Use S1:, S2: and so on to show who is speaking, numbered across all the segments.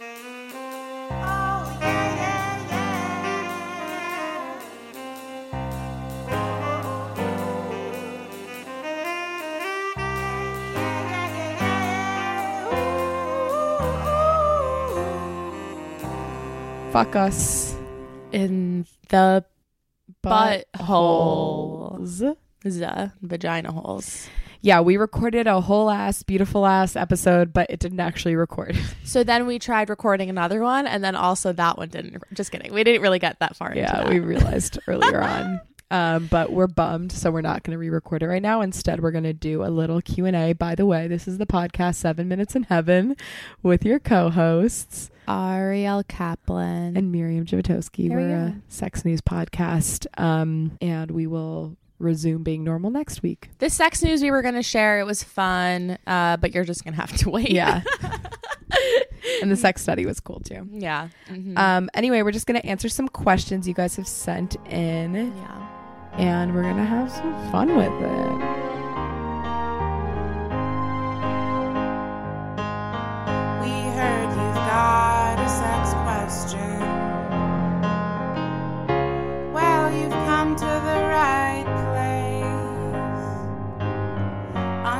S1: Oh,
S2: Fuck us
S3: in the
S2: buttholes.
S3: the vagina holes.
S2: Yeah, we recorded a whole ass, beautiful ass episode, but it didn't actually record.
S3: So then we tried recording another one, and then also that one didn't. Just kidding. We didn't really get that far. into
S2: yeah,
S3: that.
S2: we realized earlier on. Um, but we're bummed, so we're not going to re-record it right now. Instead, we're going to do a little Q and A. By the way, this is the podcast Seven Minutes in Heaven with your co-hosts
S3: Ariel Kaplan.
S2: and Miriam Javatowski.
S3: There we
S2: we're
S3: go.
S2: a sex news podcast, um, and we will resume being normal next week.
S3: the sex news we were going to share. It was fun, uh, but you're just going to have to wait.
S2: Yeah, and the sex study was cool too.
S3: yeah. Mhm.
S2: Um, anyway, we're just going to answer some questions you guys have sent in,
S3: yeah.
S2: and we're going to have some fun with it.
S1: We heard you've got a sex question. Well, you've come to the right place.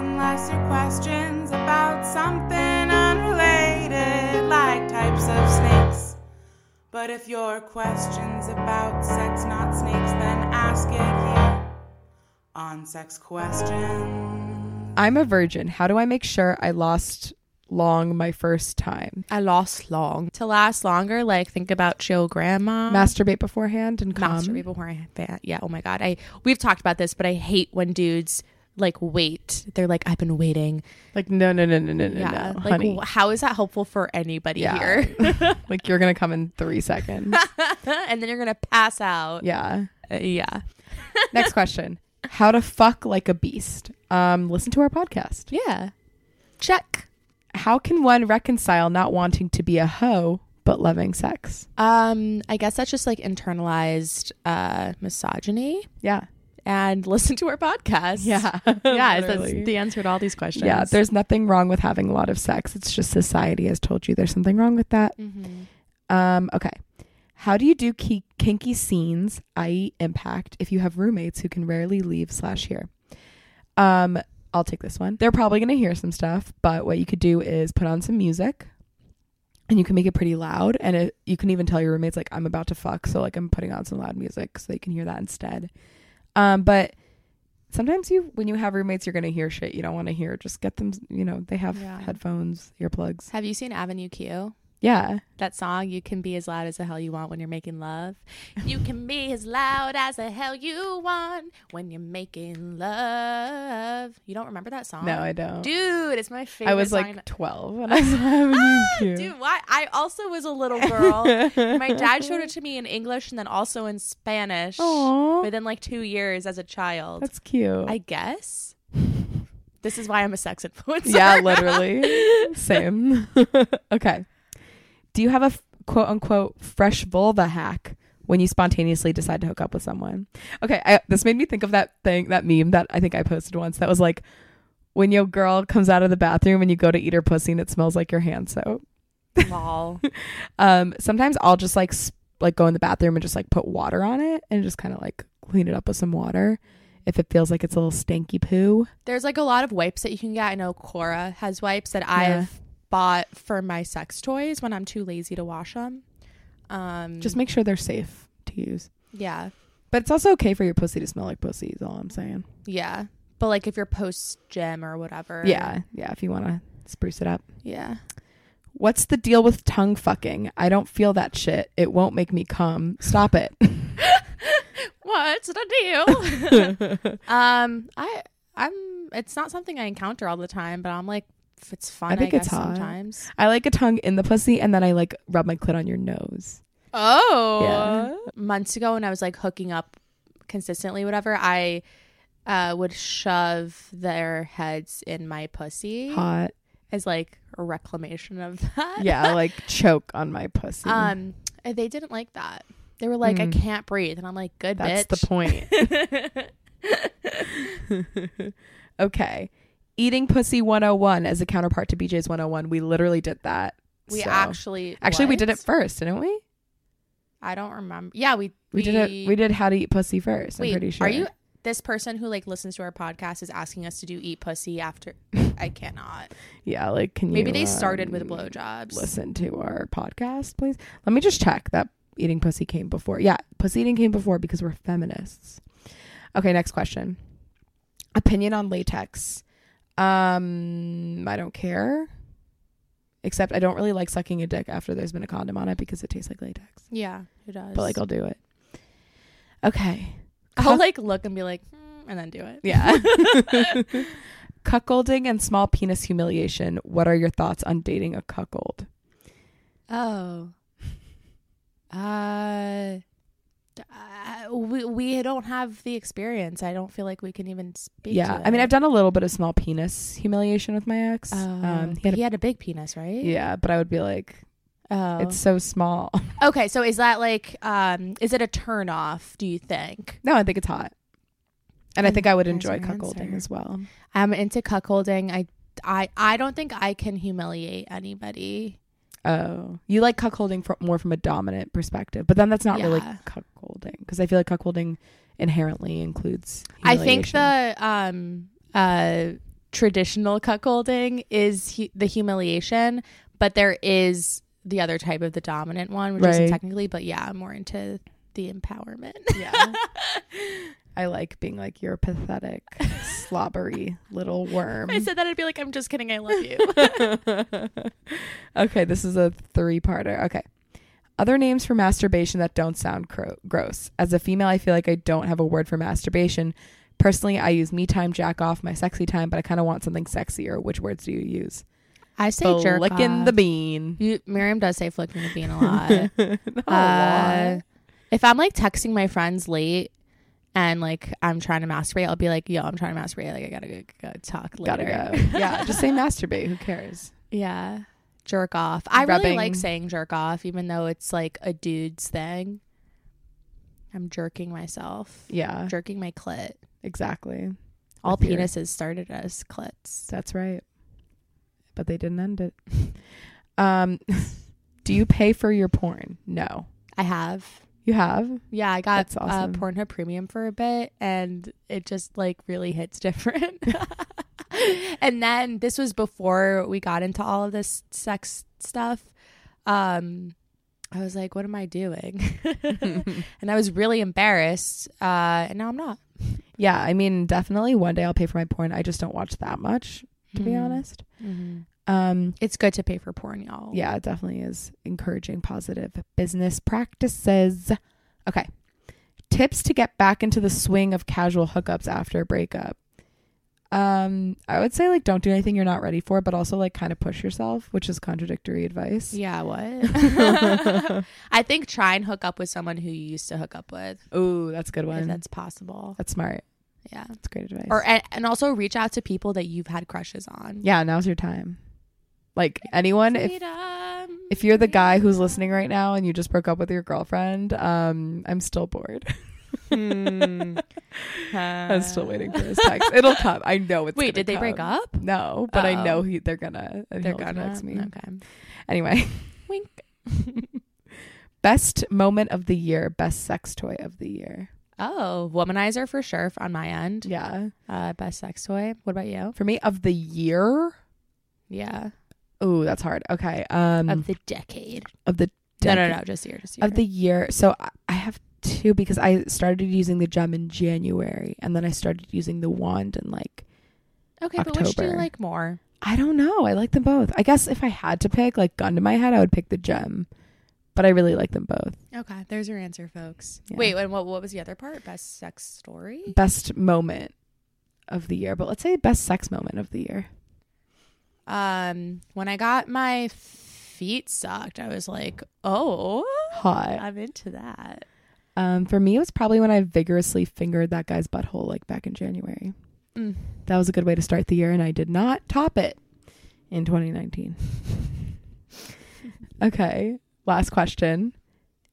S1: Unless your question's about something unrelated, like types of snakes. But if your question's about sex, not snakes, then ask it here on Sex Questions.
S2: I'm a virgin. How do I make sure I lost long my first time?
S3: I lost long. To last longer, like think about chill grandma.
S2: Masturbate beforehand and come.
S3: Um, masturbate before I that. Yeah. Oh my god. I we've talked about this, but I hate when dudes like wait. They're like, I've been waiting.
S2: Like no, no, no, no, no, no,
S3: yeah.
S2: no,
S3: like,
S2: honey.
S3: wh- how is that helpful for anybody
S2: Yeah.
S3: here?
S2: like you're gonna come in three seconds.
S3: and then you're gonna pass out.
S2: yeah.
S3: Uh, yeah.
S2: Next question: How to fuck like a beast? Um, listen to our podcast.
S3: Yeah. Check.
S2: How can one reconcile not wanting to be a hoe but loving sex?
S3: Um, I guess that's just like internalized uh misogyny.
S2: Yeah.
S3: And listen to our podcast. Yeah, that's
S2: Literally.
S3: the answer to all these questions.
S2: yeah. There's nothing wrong with having a lot of sex. It's just society has told you there's something wrong with that.
S3: Mhm.
S2: Um, okay. How do you do ki- kinky scenes, i.e., impact, if you have roommates who can rarely leave slash hear? Um, I'll take this one. They're probably gonna hear some stuff, but what you could do is put on some music, and you can make it pretty loud, and it, you can even tell your roommates like I'm about to fuck, so like I'm putting on some loud music so they can hear that instead. Um, but sometimes you, when you have roommates, you're gonna hear shit you don't want to hear. Just get them, you know, they have
S3: Yeah.
S2: headphones, earplugs.
S3: Have you seen Avenue Q?
S2: Yeah,
S3: That song, you can be as loud as the hell you want when you're making love. You can be as loud as the hell you want when you're making love. You don't remember that song?
S2: no, I don't.
S3: Dude, it's my favorite.
S2: I was
S3: song.
S2: like 12 when I saw Avenue Q.
S3: Ah, Dude, why? I also was a little girl. my dad showed it to me in English and then also in Spanish
S2: Aw.
S3: within like two years as a child.
S2: That's cute.
S3: I guess. This is why I'm a sex influencer.
S2: yeah, literally. Same. okay. Do you have a f- quote unquote fresh vulva hack when you spontaneously decide to hook up with someone? Okay, I, this made me think of that thing, that meme that I think I posted once that was like, when your girl comes out of the bathroom and you go to eat her pussy and it smells like your hand soap.
S3: Lol.
S2: Um, sometimes I'll just like s like go in the bathroom and just like put water on it and just kind of like clean it up with some water if it feels like it's a little stanky poo.
S3: There's like a lot of wipes that you can get. I know Cora has wipes that
S2: Yeah.
S3: I've bought for my sex toys when I'm too lazy to wash them. Um,
S2: Just make sure they're safe to use.
S3: yeah,
S2: But it's also okay for your pussy to smell like pussy, is all I'm saying.
S3: yeah. But like if you're post gym or whatever,
S2: Yeah, yeah, if you want to spruce it up.
S3: yeah.
S2: What's the deal with tongue fucking? I don't feel that shit. It won't make me cum. Stop it.
S3: What's the deal? um, I I'm. It's not something I encounter all the time, but I'm like, if it's fun. I
S2: I think
S3: guess
S2: it's hot.
S3: sometimes.
S2: I like a tongue in the pussy and then I like rub my clit on your nose.
S3: Oh,
S2: Yeah.
S3: months ago when I was like hooking up consistently, whatever, I uh, would shove their heads in my pussy
S2: Hot.
S3: as like a reclamation of that.
S2: Yeah, like choke on my pussy.
S3: Um, and they didn't like that. They were like, I
S2: Mm.
S3: can't breathe, and I'm like, good
S2: That's
S3: bitch.
S2: the point.
S3: point.
S2: okay. Eating pussy 101 as a counterpart to BJ's 101. We literally did that.
S3: we
S2: So-
S3: actually
S2: Actually, we did
S3: what?
S2: it first, didn't we?
S3: I don't remember. Yeah, we
S2: We did it. We did how to eat pussy first. I'm
S3: wait,
S2: pretty sure.
S3: Are you? this person who like listens to our podcast is asking us to do eat pussy after. I cannot.
S2: Yeah, like can
S3: Maybe
S2: you,
S3: they started with
S2: um,
S3: blowjobs.
S2: Listen to our podcast, please. Let me just check that eating pussy came before. Yeah, pussy eating came before because we're feminists. Okay, next question. Opinion on latex. Um, I don't care. Except I don't really like sucking a dick after there's been a condom on it because it tastes like latex.
S3: Yeah, who does?
S2: But like I'll do it. Okay.
S3: I'll like look and be like, "Hmm," and then do it.
S2: Yeah. Cuckolding and small penis humiliation. What are your thoughts on dating a cuckold?
S3: Oh. Uh, d- I- we we don't have the experience. I don't feel like we can even speak.
S2: yeah,
S3: to
S2: I mean,
S3: it. Oh.
S2: I've done a little bit of small penis humiliation with my ex.
S3: Uh,
S2: um, he had a,
S3: big penis, right?
S2: yeah, but I would be like,
S3: Oh.
S2: it's so small.
S3: okay, so is that like um is it a turn off, do you think?
S2: no, I think it's hot, and I think I would
S3: There's
S2: enjoy
S3: your
S2: cuckolding
S3: answer.
S2: as well.
S3: I'm into cuckolding. I I I don't think I can humiliate anybody.
S2: Oh, you like cuckolding from, more from a dominant perspective, but then that's not really
S3: Yeah.
S2: cuckolding because I feel like cuckolding inherently includes.
S3: I think
S2: humiliation.
S3: the um uh traditional cuckolding is hu- the humiliation, but there is the other type of the dominant one, which isn't
S2: Right.
S3: technically, but yeah, I'm more into the empowerment.
S2: Yeah. I like being like you're a pathetic, slobbery little worm.
S3: I said that I'd be like, I'm just kidding, I love you.
S2: okay, this is a three-parter. Okay. Other names for masturbation that don't sound cro- gross. As a female, I feel like I don't have a word for masturbation. Personally, I use me time, jack off, my sexy time, but I kind of want something sexier. Which words do you use?
S3: I say jerk
S2: Flicking
S3: off.
S2: the bean.
S3: You, Miriam does say flick me the bean a lot.
S2: Not a
S3: uh,
S2: lot.
S3: If I'm like texting my friends late and like I'm trying to masturbate, I'll be like, "Yo, I'm trying to masturbate. Like I gotta go, go talk later."
S2: Gotta go. Yeah, just say masturbate. Who cares?
S3: Yeah, jerk off. I really
S2: Rubbing.
S3: like saying jerk off, even though it's like a dude's thing. I'm jerking myself,
S2: Yeah,
S3: jerking my clit.
S2: exactly.
S3: All
S2: With your-
S3: penises started as clits.
S2: That's right. But they didn't end it. Um, do you pay for your porn? No.
S3: I have.
S2: You have?
S3: Yeah, I got
S2: That's awesome.
S3: uh, Pornhub Premium for a bit, and it just like really hits different. and then this was before we got into all of this sex stuff. Um, I was like, "What am I doing?" and I was really embarrassed. Uh, and now I'm not.
S2: Yeah, I mean, definitely one day I'll pay for my porn. I just don't watch that much, to be
S3: Mm.
S2: honest. Um,
S3: It's good to pay for porn, y'all.
S2: yeah, it definitely is encouraging positive business practices. Okay. Tips to get back into the swing of casual hookups after a breakup. Um, I would say like don't do anything you're not ready for, but also like kind of push yourself, which is contradictory advice.
S3: Yeah. What? I think try and hook up with someone who you used to hook up with,
S2: Ooh, that's a good
S3: if
S2: one. That's,
S3: that's possible.
S2: smart.
S3: Yeah.
S2: That's great advice.
S3: Or and, and also reach out to people that you've had crushes on.
S2: yeah, now's your time. Like anyone, if
S3: Freedom.
S2: if you're the guy who's listening right now and you just broke up with your girlfriend, um, I'm still bored.
S3: Hmm.
S2: I'm still waiting for his text. It'll come. I know it's.
S3: Uh. Wait,
S2: gonna
S3: did they break
S2: come.
S3: up?
S2: No, but I know
S3: Uh-oh.
S2: he. They're gonna. and
S3: They're
S2: he'll
S3: gonna
S2: text me.
S3: Okay.
S2: Anyway,
S3: Wink.
S2: best moment of the year, best sex toy of the year.
S3: Oh, womanizer for sure on my end.
S2: Yeah,
S3: Uh, best sex toy. What about you?
S2: for me of the year.
S3: Yeah.
S2: Ooh, that's hard. Okay. Um,
S3: Of the decade.
S2: of the
S3: No,
S2: decade-
S3: no, no. Just year. Just year.
S2: of the year. So I- I have two because I started using the gem in January, and then I started using the wand and like
S3: okay, but which do you
S2: October.
S3: like more?
S2: I don't know. I like them both. I guess if I had to pick, like gun to my head, I would pick the gem. But I really like them both.
S3: Okay, there's your answer, folks.
S2: Yeah.
S3: Wait, and what what was the other part? Best sex story?
S2: Best moment of the year, but let's say best sex moment of the year.
S3: Um, when I got my feet sucked, I was like, "Oh,
S2: Hot.
S3: I'm into that."
S2: Um, for me, it was probably when I vigorously fingered that guy's butthole, like back in January.
S3: Mm.
S2: That was a good way to start the year, and I did not top it in 2019. okay, last question.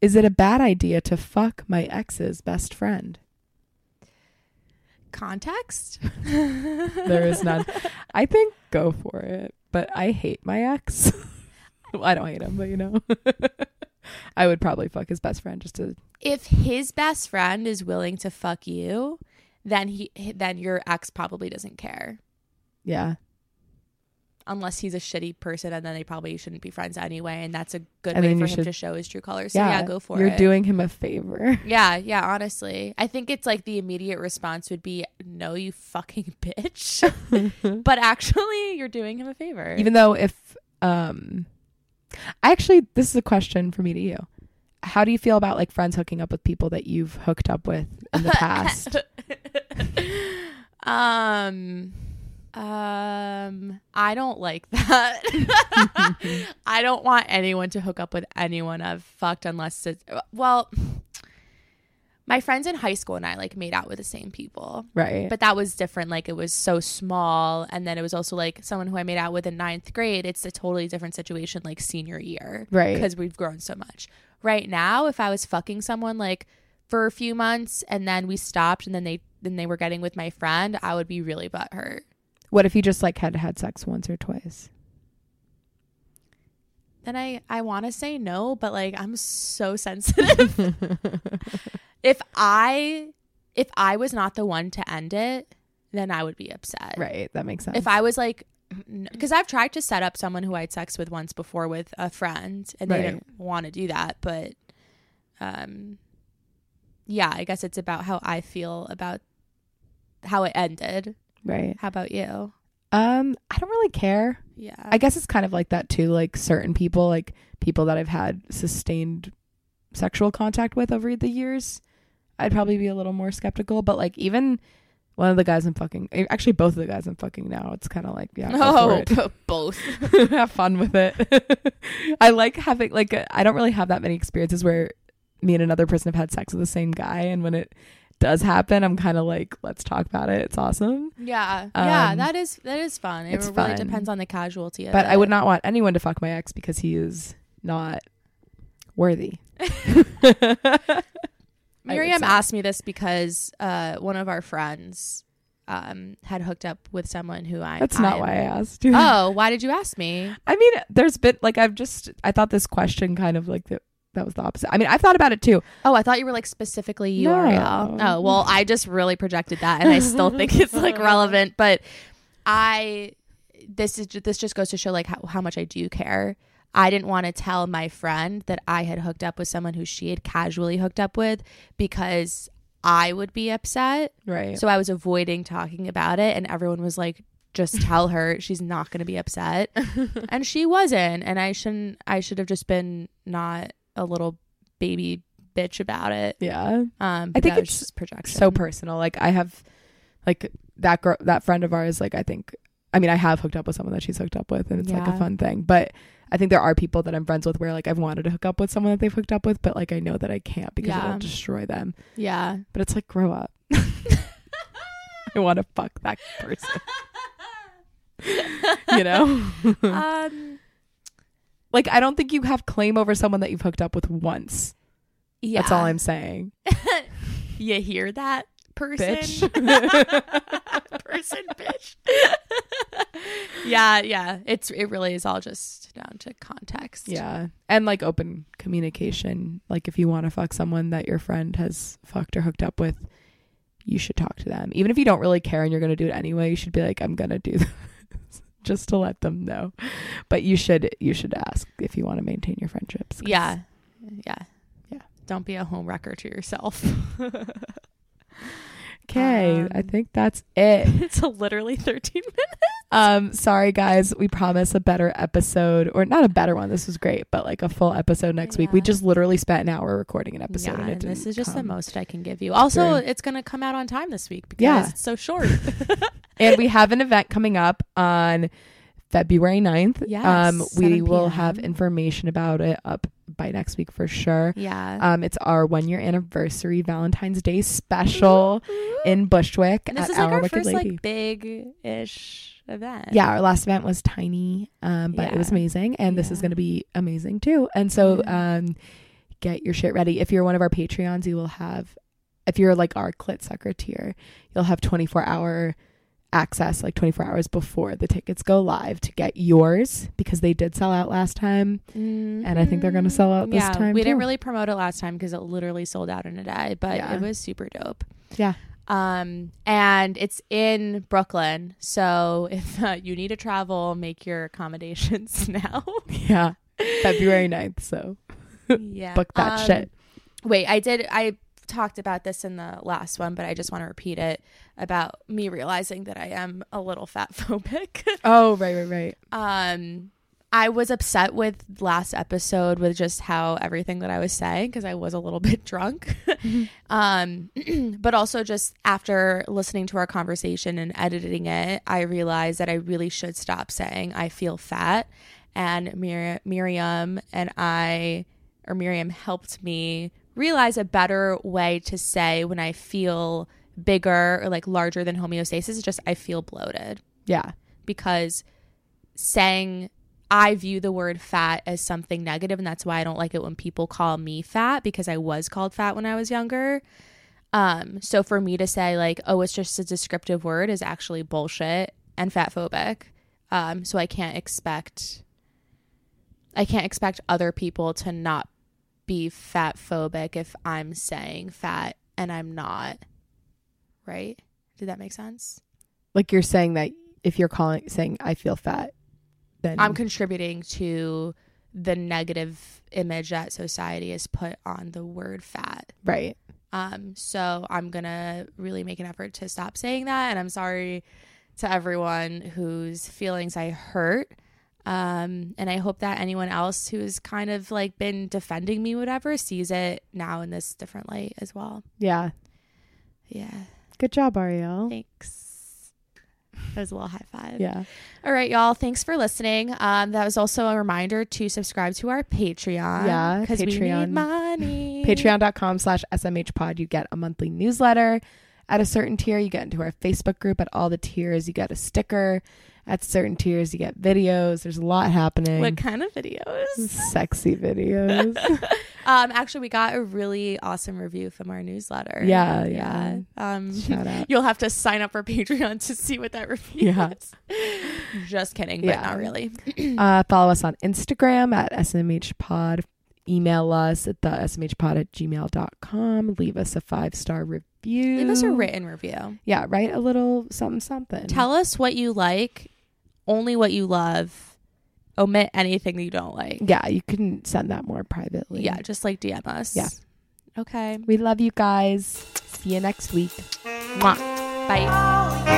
S2: Is it a bad idea to fuck my ex's best friend?
S3: Context?
S2: There is none. I think go for it, but I hate my ex. well, I don't hate him, but you know, I would probably fuck his best friend just to.
S3: If his best friend is willing to fuck you, then he then your ex probably doesn't care
S2: Yeah.
S3: unless he's a shitty person and then they probably shouldn't be friends anyway and that's a good
S2: And
S3: way
S2: then
S3: for
S2: you
S3: him
S2: should-
S3: to show his true colors so yeah, go for
S2: you're
S3: it
S2: doing him a favor.
S3: yeah yeah honestly i think it's like the immediate response would be no you fucking bitch but actually you're doing him a favor
S2: Even though if um actually this is a question for me to you. How do you feel about like friends hooking up with people that you've hooked up with in the past?
S3: um um I don't like that. I don't want anyone to hook up with anyone I've fucked unless it's well my friends in high school and I like made out with the same people.
S2: right.
S3: But that was different. Like it was so small. And then it was also like someone who I made out with in ninth grade. It's a totally different situation like senior year.
S2: Right.
S3: Because we've grown so much. Right now, if I was fucking someone like for a few months and then we stopped and then they then they were getting with my friend, I would be really butthurt.
S2: what if you just like had had sex once or twice?
S3: Then I, I want to say no, but like I'm so sensitive. if I if I was not the one to end it, then I would be upset.
S2: Right, that makes sense.
S3: Uh, if I was like, because I've tried to set up someone who I had sex with once before with a friend, and they
S2: Right.
S3: didn't want to do that. But, um, yeah, I guess it's about how I feel about how it ended.
S2: right.
S3: How about you?
S2: Um, I don't really care.
S3: Yeah,
S2: I guess it's kind of like that too, like certain people, like people that I've had sustained sexual contact with over the years, I'd probably be a little more skeptical. But like even one of the guys I'm fucking eh, actually both of the guys I'm fucking now, it's kinda like, yeah, go for
S3: no, b- Oh, both.
S2: it. have fun with it. I like having like uh, I I don't really have that many experiences where me and another person have had sex with the same guy and when it does happen, I'm kinda like, let's talk about it. It's awesome.
S3: Yeah, yeah,
S2: Um,
S3: that is that is fun. It
S2: it's
S3: really
S2: fun.
S3: depends on the casualty. Of
S2: But I
S3: it.
S2: would not want anyone to fuck my ex because he is not worthy. I would
S3: Miriam
S2: say.
S3: asked me this because uh, one of our friends um, had hooked up with someone who I.
S2: That's not
S3: I am-
S2: why I asked.
S3: Oh, why did you ask me?
S2: I mean, there's been like I've just I thought this question kind of like that that was the opposite. I mean, I've thought about it too.
S3: Oh, I thought you were like specifically
S2: No.
S3: URL. Oh, well, I just really projected that, and I still think it's like relevant. But I, this is this just goes to show like how, how much I do care. I didn't want to tell my friend that I had hooked up with someone who she had casually hooked up with because I would be upset.
S2: Right.
S3: So I was avoiding talking about it, and everyone was like, "Just tell her she's not going to be upset," and she wasn't. And I shouldn't. I should have just been not a little baby bitch about it.
S2: yeah.
S3: Um,
S2: I
S3: but
S2: think
S3: that was
S2: it's
S3: just projection.
S2: So personal. Like I have like that girl that friend of ours like I think I mean, I have hooked up with someone that she's hooked up with and it's like
S3: Yeah.
S2: a fun thing. But I think there are people that I'm friends with where like I've wanted to hook up with someone that they've hooked up with, but like I know that I can't because
S3: Yeah.
S2: it'll destroy them.
S3: yeah.
S2: But it's like grow up. I want to fuck that person. you know?
S3: um.
S2: Like I don't think you have claim over someone that you've hooked up with once.
S3: Yeah.
S2: That's all I'm saying.
S3: You hear that person?
S2: Bitch.
S3: person, bitch. yeah, yeah. It's it really is all just down to context.
S2: Yeah. And like open communication. Like if you want to fuck someone that your friend has fucked or hooked up with, you should talk to them. Even if you don't really care and you're going to do it anyway, you should be like I'm going to do this just to let them know. But you should you should ask if you want to maintain your friendships. 'cause-
S3: Yeah. Yeah.
S2: Yeah.
S3: Don't be a home wrecker to yourself.
S2: Okay, I
S3: Um,
S2: think that's it.
S3: it's literally 13
S2: Um, sorry guys, we promise a better episode or not a better one. This was great, but like a full episode next week. We
S3: Yeah.
S2: just literally spent an hour recording an
S3: minutes.
S2: episode, and it didn't
S3: this is just the
S2: come.
S3: most I can give you. Also,
S2: through.
S3: it's going to come out on time this week because
S2: Yeah.
S3: it's so short.
S2: and we have an event coming up on February 9th.
S3: Yes,
S2: um, we
S3: 7
S2: will have
S3: p.m..
S2: information about it up by next week for sure.
S3: yeah.
S2: Um, it's our one year anniversary Valentine's Day special in Bushwick
S3: And this
S2: at
S3: is like
S2: Our
S3: our
S2: Wicked
S3: first
S2: Lady.
S3: like big ish event.
S2: yeah, our last event was tiny, um, but it was
S3: Yeah.
S2: amazing, and this is
S3: Yeah.
S2: going to be amazing too. And so, um, get your shit ready. If you're one of our Patreons, you will have, if you're like our clit sucker tier, you'll have 24 hour access, like 24 hours before the tickets go live to get yours because they did sell out last time.
S3: And
S2: I think they're gonna sell out this time,
S3: Mm-hmm. We
S2: too.
S3: didn't really promote it last time because it literally sold out in a day, but
S2: Yeah.
S3: it was super dope.
S2: Yeah.
S3: Um, and it's in Brooklyn. So if uh, you need to travel, make your accommodations now.
S2: Yeah. February 9th. So
S3: yeah.
S2: book that
S3: Um,
S2: shit.
S3: Wait, I did. I talked about this in the last one, but I just want to repeat it about me realizing that I am a little fat phobic.
S2: Oh, right, right, right.
S3: um, I was upset with last episode with just how everything that I was saying because I was a little bit drunk. um, but also just after listening to our conversation and editing it, I realized that I really should stop saying I feel fat. And Mir- Miriam and I, or Miriam helped me realize a better way to say when I feel bigger or like larger than homeostasis is just I feel bloated
S2: Yeah.
S3: because saying I view the word fat as something negative, and that's why I don't like it when people call me fat because I was called fat when I was younger. Um, so for me to say like, oh, it's just a descriptive word is actually bullshit and fat phobic. Um, so I can't expect I can't expect other people to not be fat phobic if I'm saying fat and I'm not. Right? Did that make sense?
S2: Like you're saying that if you're calling saying I feel fat, then
S3: I'm contributing to the negative image that society has put on the word fat.
S2: right.
S3: Um, so I'm gonna really make an effort to stop saying that, and I'm sorry to everyone whose feelings I hurt. Um, and I hope that anyone else who's kind of like been defending me, whatever, sees it now in this different light as well.
S2: Yeah.
S3: Yeah,
S2: Good job, Ariel.
S3: thanks. That was a little high five.
S2: Yeah.
S3: All right, y'all. Thanks for listening. Um, that was also a reminder to subscribe to our Patreon.
S2: Yeah,
S3: because we
S2: Patreon.
S3: need money.
S2: patreon.com slash smh pod you get a monthly newsletter at a certain tier you get into our facebook group at all the tiers you get a sticker at certain tiers you get videos there's a lot happening
S3: What kind of videos?
S2: sexy videos
S3: Um, actually, we got a really awesome review from our newsletter.
S2: Yeah, yeah.
S3: Um,
S2: shout out
S3: you'll have to sign up for Patreon to see what that review
S2: Yeah.
S3: is. Just kidding, but
S2: Yeah.
S3: not really.
S2: uh, follow us on instagram at smh pod email us at the smh pod at gmail.com leave us a five star review
S3: Leave us a written review.
S2: yeah write a little something something
S3: Tell us what you like, only what you love. Omit anything that you don't like.
S2: yeah you can send that more privately
S3: Yeah, just like DM us.
S2: Yeah.
S3: Okay.
S2: we love you guys see you next week
S3: Mwah. Bye.
S1: Oh, yeah.